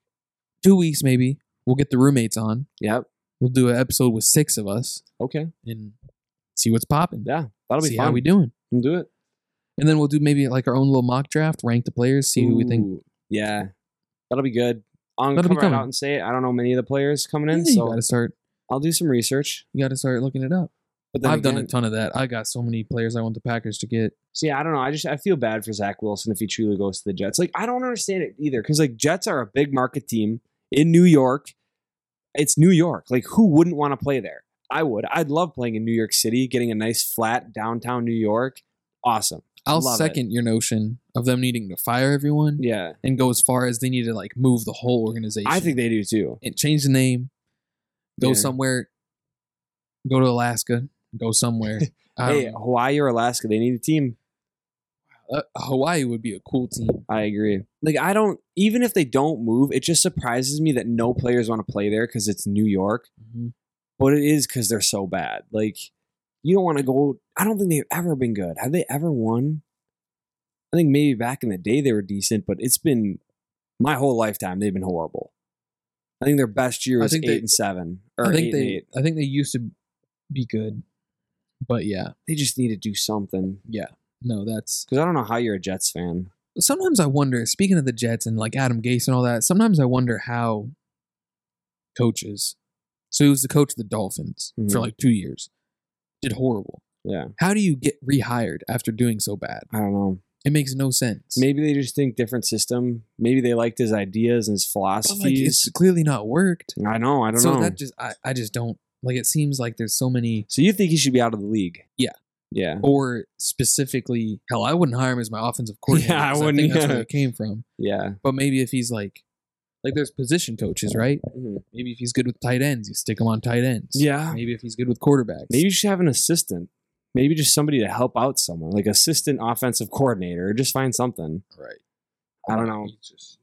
two weeks maybe. We'll get the roommates on. Yep. We'll do an episode with six of us Okay. and see what's popping. Yeah. That'll be see fun. how we doing. We'll do it. And then we'll do maybe like our own little mock draft, rank the players, see who we think. Ooh, Yeah. That'll be good. I'm gonna That'll be come right fun. out and say it. I don't know many of the players coming Yeah, in, you so gotta start. I'll do some research. You gotta start looking it up. But then I've done again- a ton of that. I got so many players I want the Packers to get. So yeah, I don't know. I just I feel bad for Zach Wilson if he truly goes to the Jets. Like I don't understand it either because like Jets are a big market team in New York. It's New York. Like who wouldn't want to play there? I would. I'd love playing in New York City, getting a nice flat downtown New York. Awesome. I'll Love it. second your notion of them needing to fire everyone Yeah, and go as far as they need to like move the whole organization. I think they do too. and change the name, go Yeah. somewhere, go to Alaska, go somewhere. I Hey, don't know. Hawaii or Alaska, they need a team. Uh, Hawaii would be a cool team. I agree. Like I don't even if they don't move, it just surprises me that no players want to play there because it's New York. Mm-hmm. but it is because they're so bad. Like you don't want to go. I don't think they've ever been good. Have they ever won? I think maybe back in the day they were decent, but it's been my whole lifetime they've been horrible. I think their best year I was eight think they- and seven or I eight think and they. eight. I think they used to be good, but yeah, They just need to do something no, that's. because I don't know how you're a Jets fan. Sometimes I wonder. Speaking of the Jets and like Adam Gase and all that, sometimes I wonder how coaches. So he was the coach of the Dolphins for Mhm. like two years, did horrible. Yeah, How do you get rehired after doing so bad? I don't know. It makes no sense. Maybe they just think different system. Maybe they liked his ideas and his But, like, it's philosophies. clearly not worked. I know. I don't so know. that just I, I just don't like it seems like there's so many so you think he should be out of the league? Yeah. Yeah. or specifically hell I wouldn't hire him as my offensive coordinator. Yeah, I 'cause wouldn't think that's where either. it came from. Yeah. But maybe if he's like like there's position coaches, right? Mhm. Maybe if he's good with tight ends, you stick him on tight ends. Yeah. Maybe if he's good with quarterbacks. Maybe you should have an assistant. Maybe just somebody to help out someone, like assistant offensive coordinator. Just find something. right. I don't know. He's just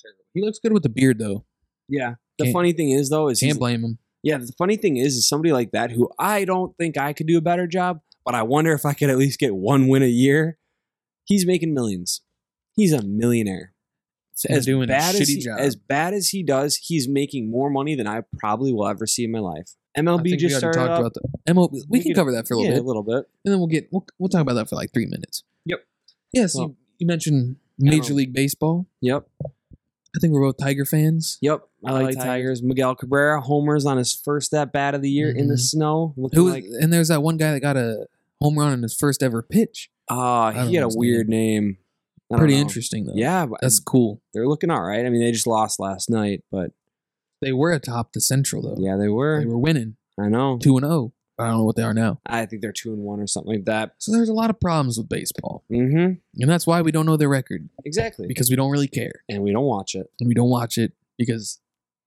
terrible. He looks good with the beard though. Yeah. The Can't- funny thing is though, is he's, Can't blame him. yeah. The funny thing is, is somebody like that who I don't think I could do a better job, but I wonder if I could at least get one win a year. He's making millions. He's a millionaire. And As doing a bad as shitty he, job. as bad as he does, he's making more money than I probably will ever see in my life. I think MLB we just already started up. about the MLB. We, We can could- cover that for a little yeah, bit. a little bit. and then we'll get we'll, we'll talk about that for like three minutes. Yep. Yes, you, Well- you mentioned Major Um, League Baseball. Yep. I think we're both Tiger fans. Yep, I, like, like Tigers. Miguel Cabrera homers on his first at bat of the year in the Mhm. snow. Looking Who was, like and there's that one guy that got a home run in his first ever pitch. ah, I don't he had know a his weird name. I don't Pretty know. interesting though. Yeah, but that's cool. they're looking all right. I mean, they just lost last night, but They were atop the Central though. yeah, they Oh, they were. were winning I know. two and zero. I don't know what they are now. I think they're two and one or something like that. So there's a lot of problems with baseball, Mm-hmm. and that's why we don't know their record Exactly. because we don't really care and we don't watch it. and we don't watch it because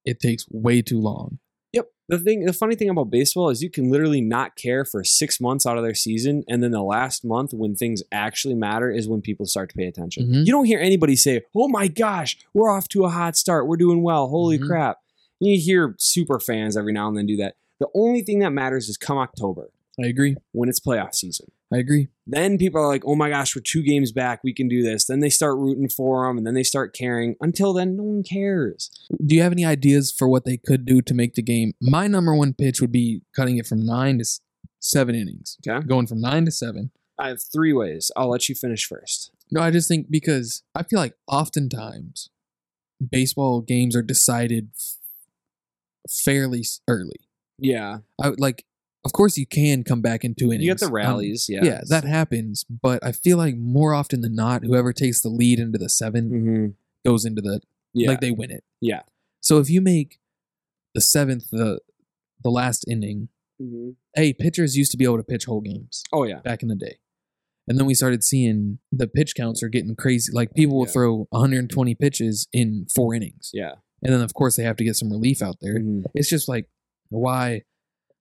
it takes way too long. Yep. The thing, the funny thing about baseball is you can literally not care for six months out of their season, and then the last month when things actually matter is when people start to pay attention. Mhm. You don't hear anybody say, "Oh my gosh, we're off to a hot start. We're doing well. Holy Mhm. crap!" You hear super fans every now and then do that. The only thing that matters is come October I agree. when it's playoff season. I agree. Then people are like, "Oh my gosh, we're two games back. We can do this." Then they start rooting for them, and then they start caring. Until then, no one cares. Do you have any ideas for what they could do to make the game? My number one pitch would be cutting it from nine to s- seven innings. Okay. Going from nine to seven. I have three ways. I'll let you finish first. No, I just think because I feel like oftentimes baseball games are decided f- fairly s- early. Yeah. I would like, of course, you can come back in two innings. You got the Um, rallies, yeah. yeah, that happens. But I feel like more often than not, whoever takes the lead into the 7 Mhm. goes into the Yeah, like they win it. Yeah. So if you make the seventh the the last inning, hey, pitchers used to be able to pitch whole games Oh yeah, back in the day. And then we started seeing the pitch counts are getting crazy. Like people will Yeah. throw 120 pitches in four innings. yeah. And then, of course, they have to get some relief out there. It's just like, why?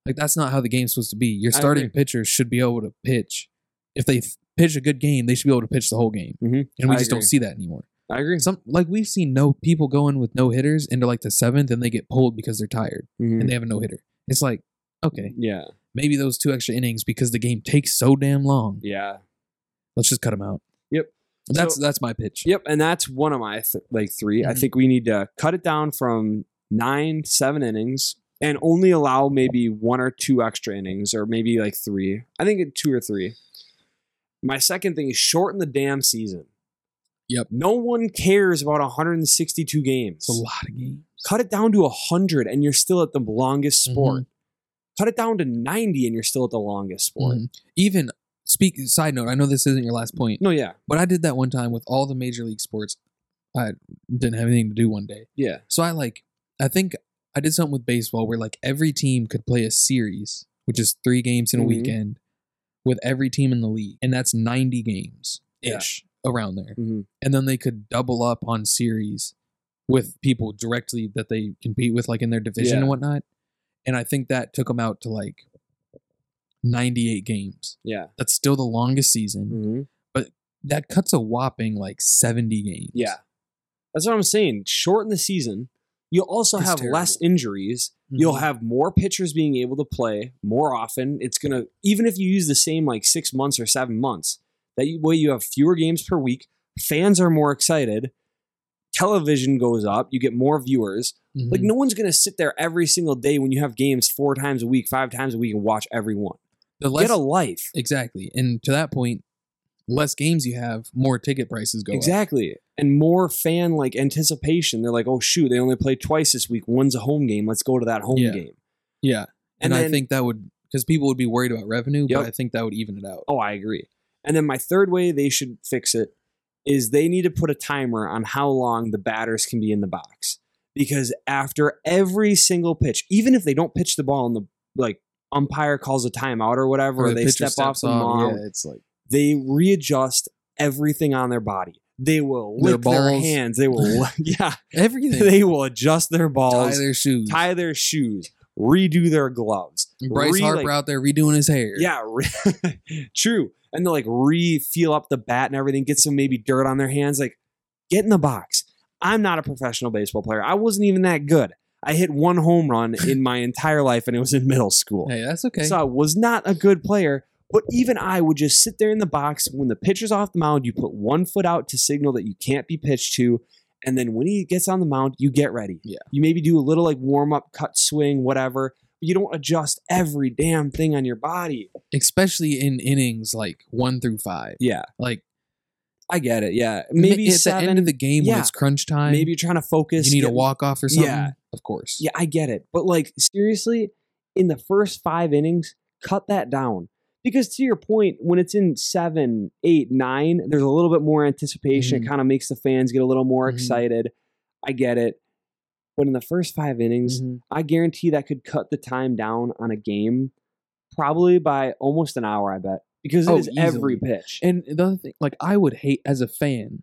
Like, that's not how the game's supposed to be. Your I starting agree. pitchers should be able to pitch. If they f- pitch a good game, they should be able to pitch the whole game. Mhm. And we I just don't agree. see that anymore. I agree. Some like we've seen no people going with no hitters into like the seventh, and they get pulled because they're tired Mm. and they have a no hitter. It's like, okay, Yeah, maybe those two extra innings because the game takes so damn long. yeah. Let's just cut them out. Yep. That's So- that's my pitch. Yep, and that's one of my th- like 3 I Mhm. think we need to cut it down from nine to seven innings and only allow maybe one or two extra innings, or maybe like three. I think it- two or three. My second thing is shorten the damn season. Yep. No one cares about 162 games. It's a lot of games. cut it down to 100 and you're still at the longest sport. Mm-hmm. Cut it down to 90 and you're still at the longest sport. Mhm. Even speak side note, I know this isn't your last point, No, yeah. but I did that one time with all the major league sports. I didn't have anything to do one day. Yeah. So I like I think I did something with baseball where like every team could play a series, which is three games in a Mhm. weekend, with every team in the league. And that's ninety games ish around there. Mhm. And then they could double up on series with people directly that they compete with, like in their division Yeah. and whatnot. And I think that took them out to like 98 games. Yeah. That's still the longest season. Mm-hmm. That cuts a whopping like 70 games. Yeah. That's what I'm saying. Shorten the season. You'll also It's have less terrible. injuries. Mhm. You'll have more pitchers being able to play more often. It's going to, even if you use the same like six months or seven months, that you- way you have fewer games per week. Fans are more excited. Television goes up. You get more viewers. Mhm. Like no one's gonna sit there every single day when you have games four times a week, five times a week, and watch every one. The Get less- a life. Exactly. And to that point, less games you have, more ticket prices go up. Exactly. And more fan like anticipation. They're like, oh shoot, they only play twice this week. One's a home game. Let's go to that home Yeah. game. Yeah. And, And, I then- think that would because people would be worried about revenue, Yep. but I think that would even it out. oh, I agree. And then my third way they should fix it is they need to put a timer on how long the batters can be in the box. Because after every single pitch, even if they don't pitch the ball and the like umpire calls a timeout or whatever, or the they pitcher step off steps the mound, Yeah, it's like they readjust everything on their body. They will Their lick their, balls. hands. They will, yeah, everything. they will adjust their tie balls, tie their shoes. their, shoes, redo their gloves. Bryce re- Harper like- out there redoing his hair. yeah, re- true. And they'll like re feel up the bat and everything, get some maybe dirt on their hands. Like, get in the box. I'm not a professional baseball player. I wasn't even that good. I hit one home run in my entire life, and it was in middle school. Hey, that's okay. So I was not a good player, but even I would just sit there in the box when the pitcher's off the mound. You put one foot out to signal that you can't be pitched to, and then when he gets on the mound, you get ready. Yeah. you maybe do a little like warm up, cut swing, whatever. But you don't adjust every damn thing on your body. Especially in innings like one through five. Yeah, Like I get it. Yeah, maybe maybe it's the end seven. of the game when Yeah. it's crunch time. Maybe you're trying to focus. you need a get- walk off or something. Yeah. Of course. Yeah, I get it. But like seriously, in the first five innings, cut that down. Because to your point, when it's in seven, eight, nine, there's a little bit more anticipation. Mm-hmm. It kind of makes the fans get a little more Mhm. excited. I get it. But in the first five innings, Mhm. I guarantee that could cut the time down on a game probably by almost an hour, I bet. Because it Oh, is every easily. pitch. And the other thing, like I would hate as a fan,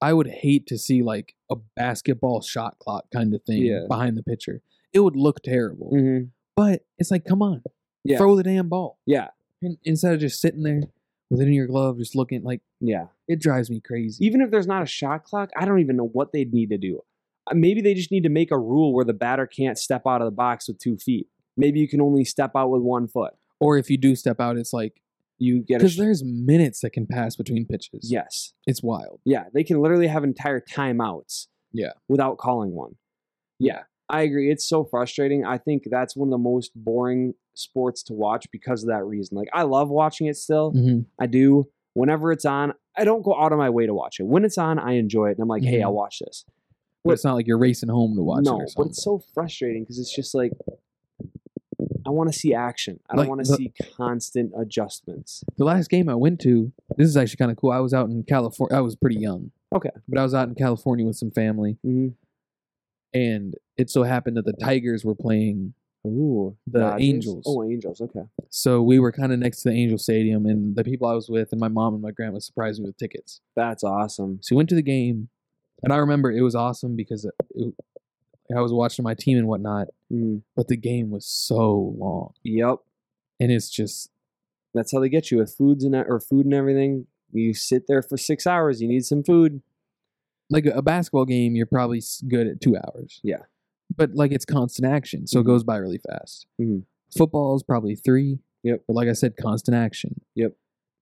I would hate to see like a basketball shot clock kind of thing Yeah. behind the pitcher. It would look terrible. Mhm. But it's like, come on, Yeah. throw the damn ball. Yeah. In- instead of just sitting there within your glove, just looking like Yeah. it drives me crazy. Even if there's not a shot clock, I don't even know what they'd need to do. Uh, Maybe they just need to make a rule where the batter can't step out of the box with two feet. Maybe you can only step out with one foot. Or if you do step out, it's like You get a because sh- there's minutes that can pass between pitches. yes. it's wild. Yeah, they can literally have entire timeouts. Yeah. Without calling one. Yeah, I agree. It's so frustrating. I think that's one of the most boring sports to watch because of that reason. Like I love watching it still. Mhm. I do. Whenever it's on, I don't go out of my way to watch it. When it's on, I enjoy it, and I'm like, hey, Mhm. I'll watch this. But What- it's not like you're racing home to watch no, it. Or but something. it's so frustrating because it's just like I want to see action. I don't Like want to the- see constant adjustments. the last game I went to, this is actually kind of cool. I was out in California. I was pretty young. Okay. But I was out in California with some family, hmm and it so happened that the Tigers were playing. Ooh, The Dodgers? Angels. Oh, Angels. Okay. So we were kind of next to the Angel Stadium, and the people I was with, and my mom and my grandma surprised me with tickets. That's awesome. So we went to the game, and I remember it was awesome because it, it- I was watching my team and whatnot, Mm. but the game was so long, Yep. and it's just That's how they get you with foods and e, or food and everything. You sit there for six hours. You need some food. like a basketball game. You're probably s- good at two hours. Yeah. but like it's constant action, so Mhm. it goes by really fast. Mhm. Football is probably three. Yep. but like I said, constant action. Yep.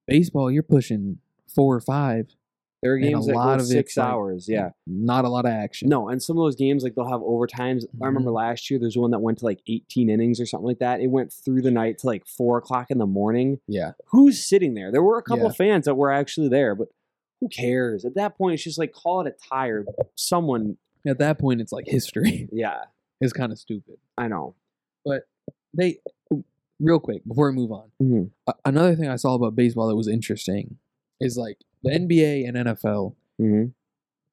Baseball, you're pushing four or five. There are And a games that lot go of six it's like- hours. yeah. not a lot of action. No, and some of those games like they'll have overtimes. Mm-hmm. I remember last year there's one that went to like 18 innings or something like that. It went through the night to like four o'clock in the morning. yeah, Who's sitting there? There were a couple Yeah. of fans that were actually there, but who cares? At that point, it's just like call it a tire. Someone, at that point, it's like history yeah, is kind of stupid. I know. They, real quick before we move on, Mhm. a- another thing I saw about baseball that was interesting is like the NBA and NFL Mm-hmm.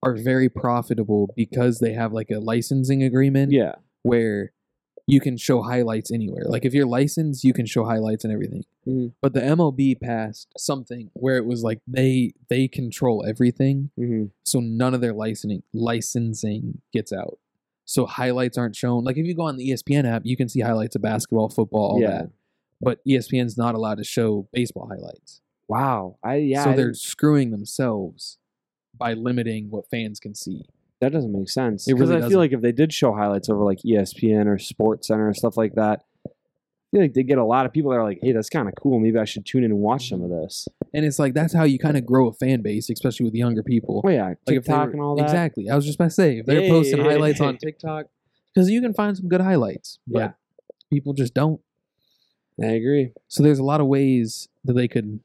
are very profitable because they have like a licensing agreement Yeah, where you can show highlights anywhere. Like if you're licensed, you can show highlights and everything. Mhm. But the MLB passed something where it was like they they control everything. mm-hmm. so none of their licensing licensing gets out. So highlights aren't shown. Like if you go on the E ESPN app, you can see highlights of basketball, football, all Yeah. that. But E ESPN's not allowed to show baseball highlights. Wow, I yeah, so I they're didn't- screwing themselves by limiting what fans can see. that doesn't make sense. It Because really I doesn't. feel like if they did show highlights over like E ESPN or Sports Center or stuff like that, I feel like they get a lot of people that are like, "Hey, that's kind of cool. Maybe I should tune in and watch some Mm-hmm. of this." And it's like that's how you kind of grow a fan base, especially with younger people. Oh yeah, Like if they TikTok were- and all that. Exactly. I was just about to say if they're Yeah, yeah, posting yeah, yeah, highlights yeah. on TikTok, because you can find some good highlights, but Yeah. people just don't. I agree. So there's a lot of ways that they could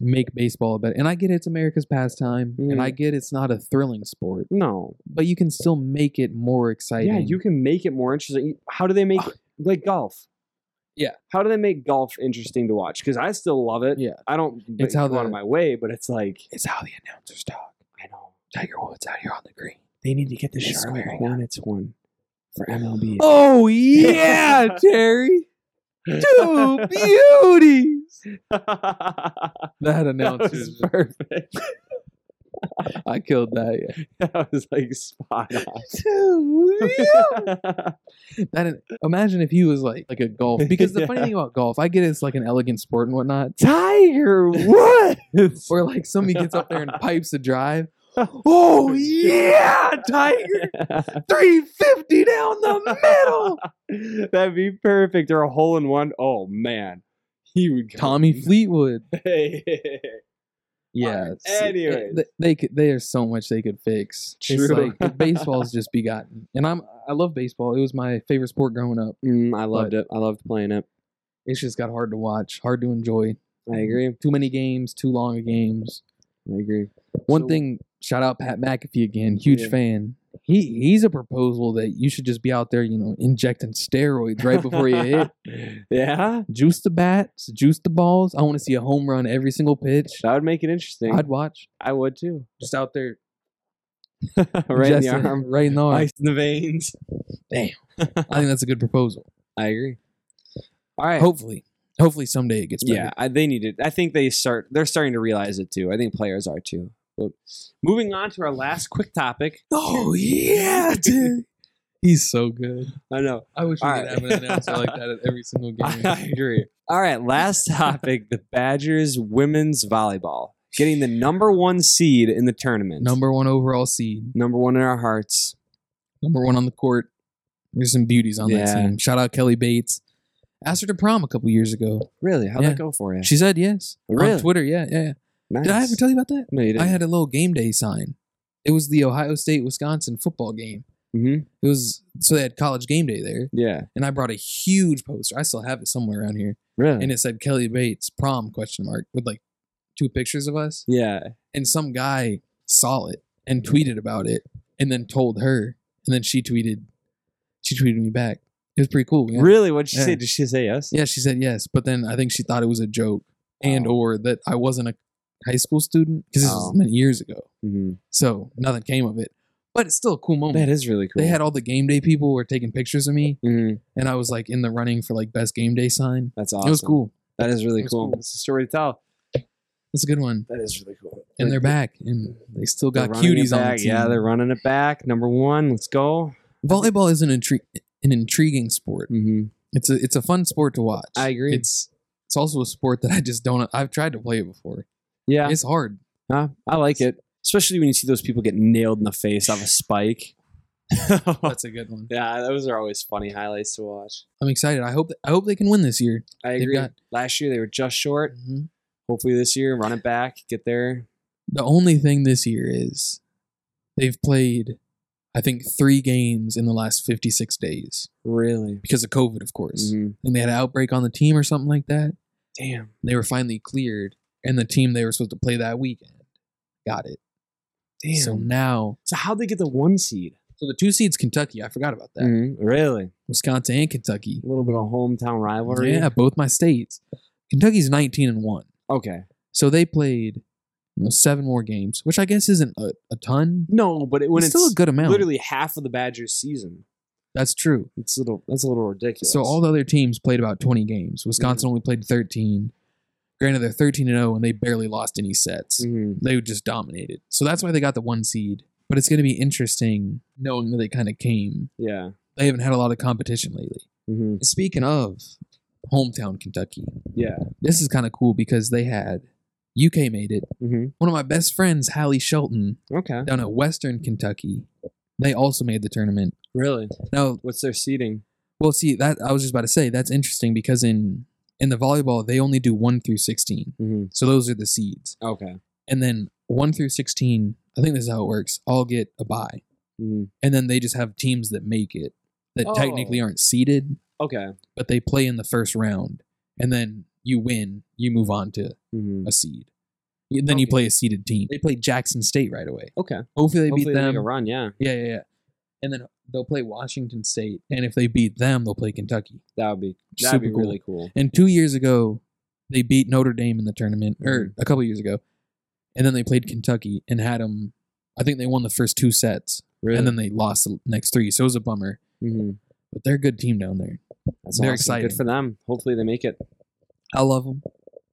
make baseball a better. And I get it's America's pastime, and Mm. I get it's not a thrilling sport, No, but you can still make it more exciting. yeah, you can make it more interesting. How do they make like golf? Yeah. how do they make golf interesting to watch? Because I still love it. Yeah. I don't. It's how go out the- of my way, but it's like It's how the announcers talk. I know Tiger Woods out here on the green. they need to get the He's Charlotte swearing. Hornets one for MLB. Oh yeah, Terry. Two beauties. That announcer was is perfect. I killed that. Yeah. that was like spot Two on. That imagine if he was like like a golf because the funny Yeah. thing about golf, I get it's like an elegant sport and whatnot. Tiger Woods. Or like somebody gets up there and pipes a drive. Oh yeah, Tiger, three fifty down the middle. That'd be perfect. Or a hole in one. Oh man, he would. go Tommy Fleetwood. Yes. Anyways. they, they could. They are so much they could fix. It's True. like the baseball's just begotten, and I'm I love baseball. It was my favorite sport growing up. Mm, I loved it. I loved playing it. It's just got hard to watch, hard to enjoy. I agree. Too many games, too long of games. I agree. One So- thing, shout out Pat McAfee again, huge Yeah. fan. He he's a proposal that you should just be out there, you know, injecting steroids right before you hit. yeah, Juice the bats, juice the balls. I want to see a home run every single pitch. that would make it interesting. I'd I'd, watch too. just out there, right in the just- arm, right in the arm. ice in the veins. I think that's a good proposal. I agree. All right. Hopefully, hopefully someday it gets better. yeah, I, they need it. I think they start. They're starting to realize it too. I think players are too. But moving on to our last quick topic. Oh yeah, dude. He's so good. I know. I wish we All could right. have an announcer like that at every single I, game. I agree. All right. Last topic: the Badgers women's volleyball getting the number one seed in the tournament. Number one overall seed. number one in our hearts. Number one on the court. There's some beauties on that Yeah. team. Shout out Kelly Bates. Asked her to prom a couple years ago. Really? How'd Yeah. that go for you? She said yes. Really? On Twitter, yeah, yeah. yeah. Did I ever tell you about that? No, you didn't. I had a little game day sign. It was the Ohio State Wisconsin football game. hmm It was so they had college game day there, Yeah. and I brought a huge poster. I still have it somewhere around here, Really? and it said Kelly Bates prom question mark with like two pictures of us. yeah. and some guy saw it and tweeted about it and then told her and then she tweeted she tweeted me back it was pretty cool yeah, Really? What'd she say? Yeah. Did she say yes? yeah she said yes but then i think she thought it was a joke and Oh. or that i wasn't a high school student because this Oh. was many years ago Mhm. so nothing came of it but it's still a cool moment That is really cool. they had all the game day people were taking pictures of me Mhm. and i was like in the running for like best game day sign That's awesome. it was cool That is really It was cool. cool. It's a story to tell. that's a good one That is really cool. and they're back Like, and they still they're got running it cuties on the back. team Yeah, they're running it back. Number one. Let's go. volleyball is an, intri- an intriguing sport Mm-hmm. It's a it's a fun sport to watch. I agree. It's it's also a sport that I just don't. I've tried to play it before. Yeah, It's hard. Huh? I like it, especially when you see those people get nailed in the face off a spike. yeah, That's a good one. those are always funny highlights to watch. I'm excited. I hope I hope they can win this year. I They've agree. got- Last year they were just short. Hopefully this year run it back, get there. The only thing this year is they've played, I think, three games in the last 56 days Really. because of COVID, of course. Mhm. And they had an outbreak on the team or something like that. Damn. They were finally cleared, and the team they were supposed to play that weekend got it. Damn. So So, now, how'd they get the one seed? so the two seeds Kentucky. I forgot about that. Mhm. Really? Wisconsin and Kentucky. A little bit of hometown rivalry. Yeah, both my states. Kentucky's 19 and 1. Okay. So they played you know, seven more games, which I guess isn't a, a ton. No, but it, when it's, still a good amount. literally half of the Badgers season, That's true. it's a little that's a little ridiculous. So all the other teams played about 20 games. Mm. Wisconsin only played 13. Granted, they're 13 and 0, and they barely lost any sets. Mhm. They just dominated. So that's why they got the one seed. But it's going to be interesting knowing that they kind of came. yeah. They haven't had a lot of competition lately. hmm Speaking of hometown Kentucky, Yeah. this is kind of cool because they had UK made it. hmm one of my best friends, Hallie Shelton, Okay. down at Western Kentucky, they also made the tournament. Really? Now, What's their seeding? well, see that I was just about to say that's interesting because in in the volleyball they only do one through sixteen, Mm-hmm. so those are the seeds, Okay. and then one through sixteen. I think this is how it works. All get a bye, Mhm. and then they just have teams that make it that Oh. technically aren't seeded, Okay. but they play in the first round, and then you win, you move on to Mm-hmm. a seed. And then you Okay. play a seeded team. They play Jackson State right away. Okay. Hopefully they Hopefully beat they them. make a run. Yeah, Yeah, yeah, yeah. And then they'll play Washington State, and if they beat them, they'll play Kentucky. that would be that would Super be cool. really cool. And two years ago, they beat Notre Dame in the tournament, or Mhm. a couple years ago, and then they played Kentucky and had them. I think they won the first two sets, Really. and then they lost the next three. So it was a bummer, Mhm. but they're a good team down there. That's They're awesome. Good exciting. for them. Hopefully they make it. I love them.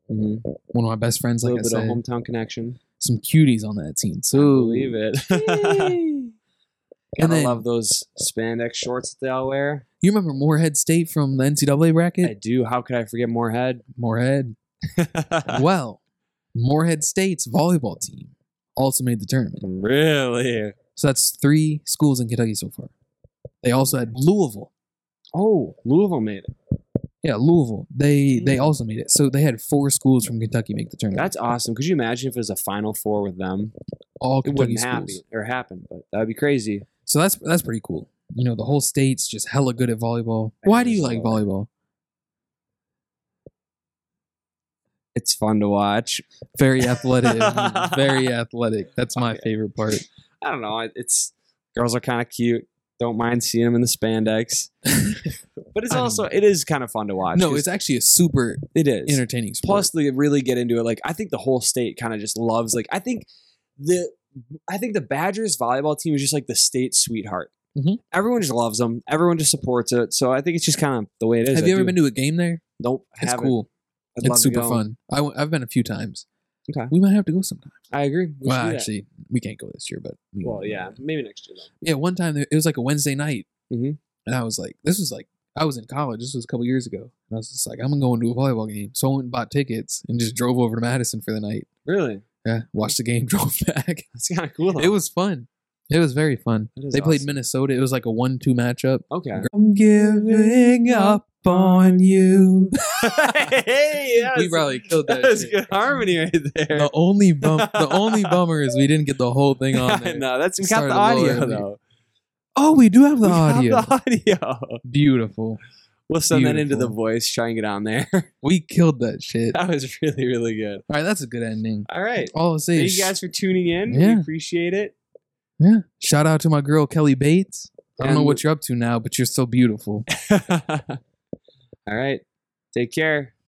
Mm-hmm. One of my best friends, A little like I bit said, of hometown connection. some cuties on that team. So Believe it. And and I then- love those spandex shorts that they all wear. you remember Moorhead State from the NCAA I bracket? do. How could I forget Moorhead? Moorhead. well, Moorhead State's volleyball team also made the tournament. really? So that's three schools in Kentucky so far. They also had Louisville. Oh, Louisville made it. Yeah, Louisville. They they also made it. So they had four schools from Kentucky make the tournament. Hmm. That's awesome. Could you imagine if it was a Final Four with them? all It Kentucky wouldn't schools. happen or happen, but that'd be crazy. So that's that's pretty cool. You know, the whole state's just hella good at volleyball. Why do you like volleyball? It's fun to watch. Very athletic. very athletic. That's my favorite part. I don't know. I- It's Girls are kind of cute. Don't mind seeing them in the spandex. but it's I also it is kind of fun to watch. no, 'cause it's actually a super it is. entertaining sport. Plus, they really get into it. Like I think the whole state kind of just loves. Like I think the I think the Badgers volleyball team is just like the state sweetheart. Mhm. Everyone just loves them. Everyone just supports it. So I think it's just kind of the way it is. have you ever been to a game there? Nope. It's haven't. cool. I'd love It's to super go. fun. I w- I've been a few times. Okay. We might have to go sometime. I agree. We should well, do that. actually, we can't go this year, but we Well, yeah, maybe next year though. yeah. One time there- it was like a Wednesday night, Mhm. and I was like, "This was like I was in college. This was a couple years ago." And I was just like, "I'm gonna go into a volleyball game." So I went and bought tickets and just drove over to Madison for the night. Really, Yeah, watched the game, drove back. that's kind of cool. It was fun. It was very fun. They played Minnesota. It was like a one-two matchup. Okay. I'm giving up on you. hey, that we was- probably killed that. that was shit. Oh, good harmony right there. The only bum, the only bummer is we didn't get the whole thing on there. no, that's we got oh, Started the a little audio early. though. Oh, we do have the We got audio. the audio. Beautiful. We'll send that into the Beautiful. voice. Try and get on there. We killed that shit. All that was really really good. right, that's a good ending. All right. All I'll say Thank is you guys for tuning in. Yeah. We appreciate it. yeah. Shout out to my girl Kelly Bates. I don't know And- what you're up to now, but you're still beautiful. All right. Take care.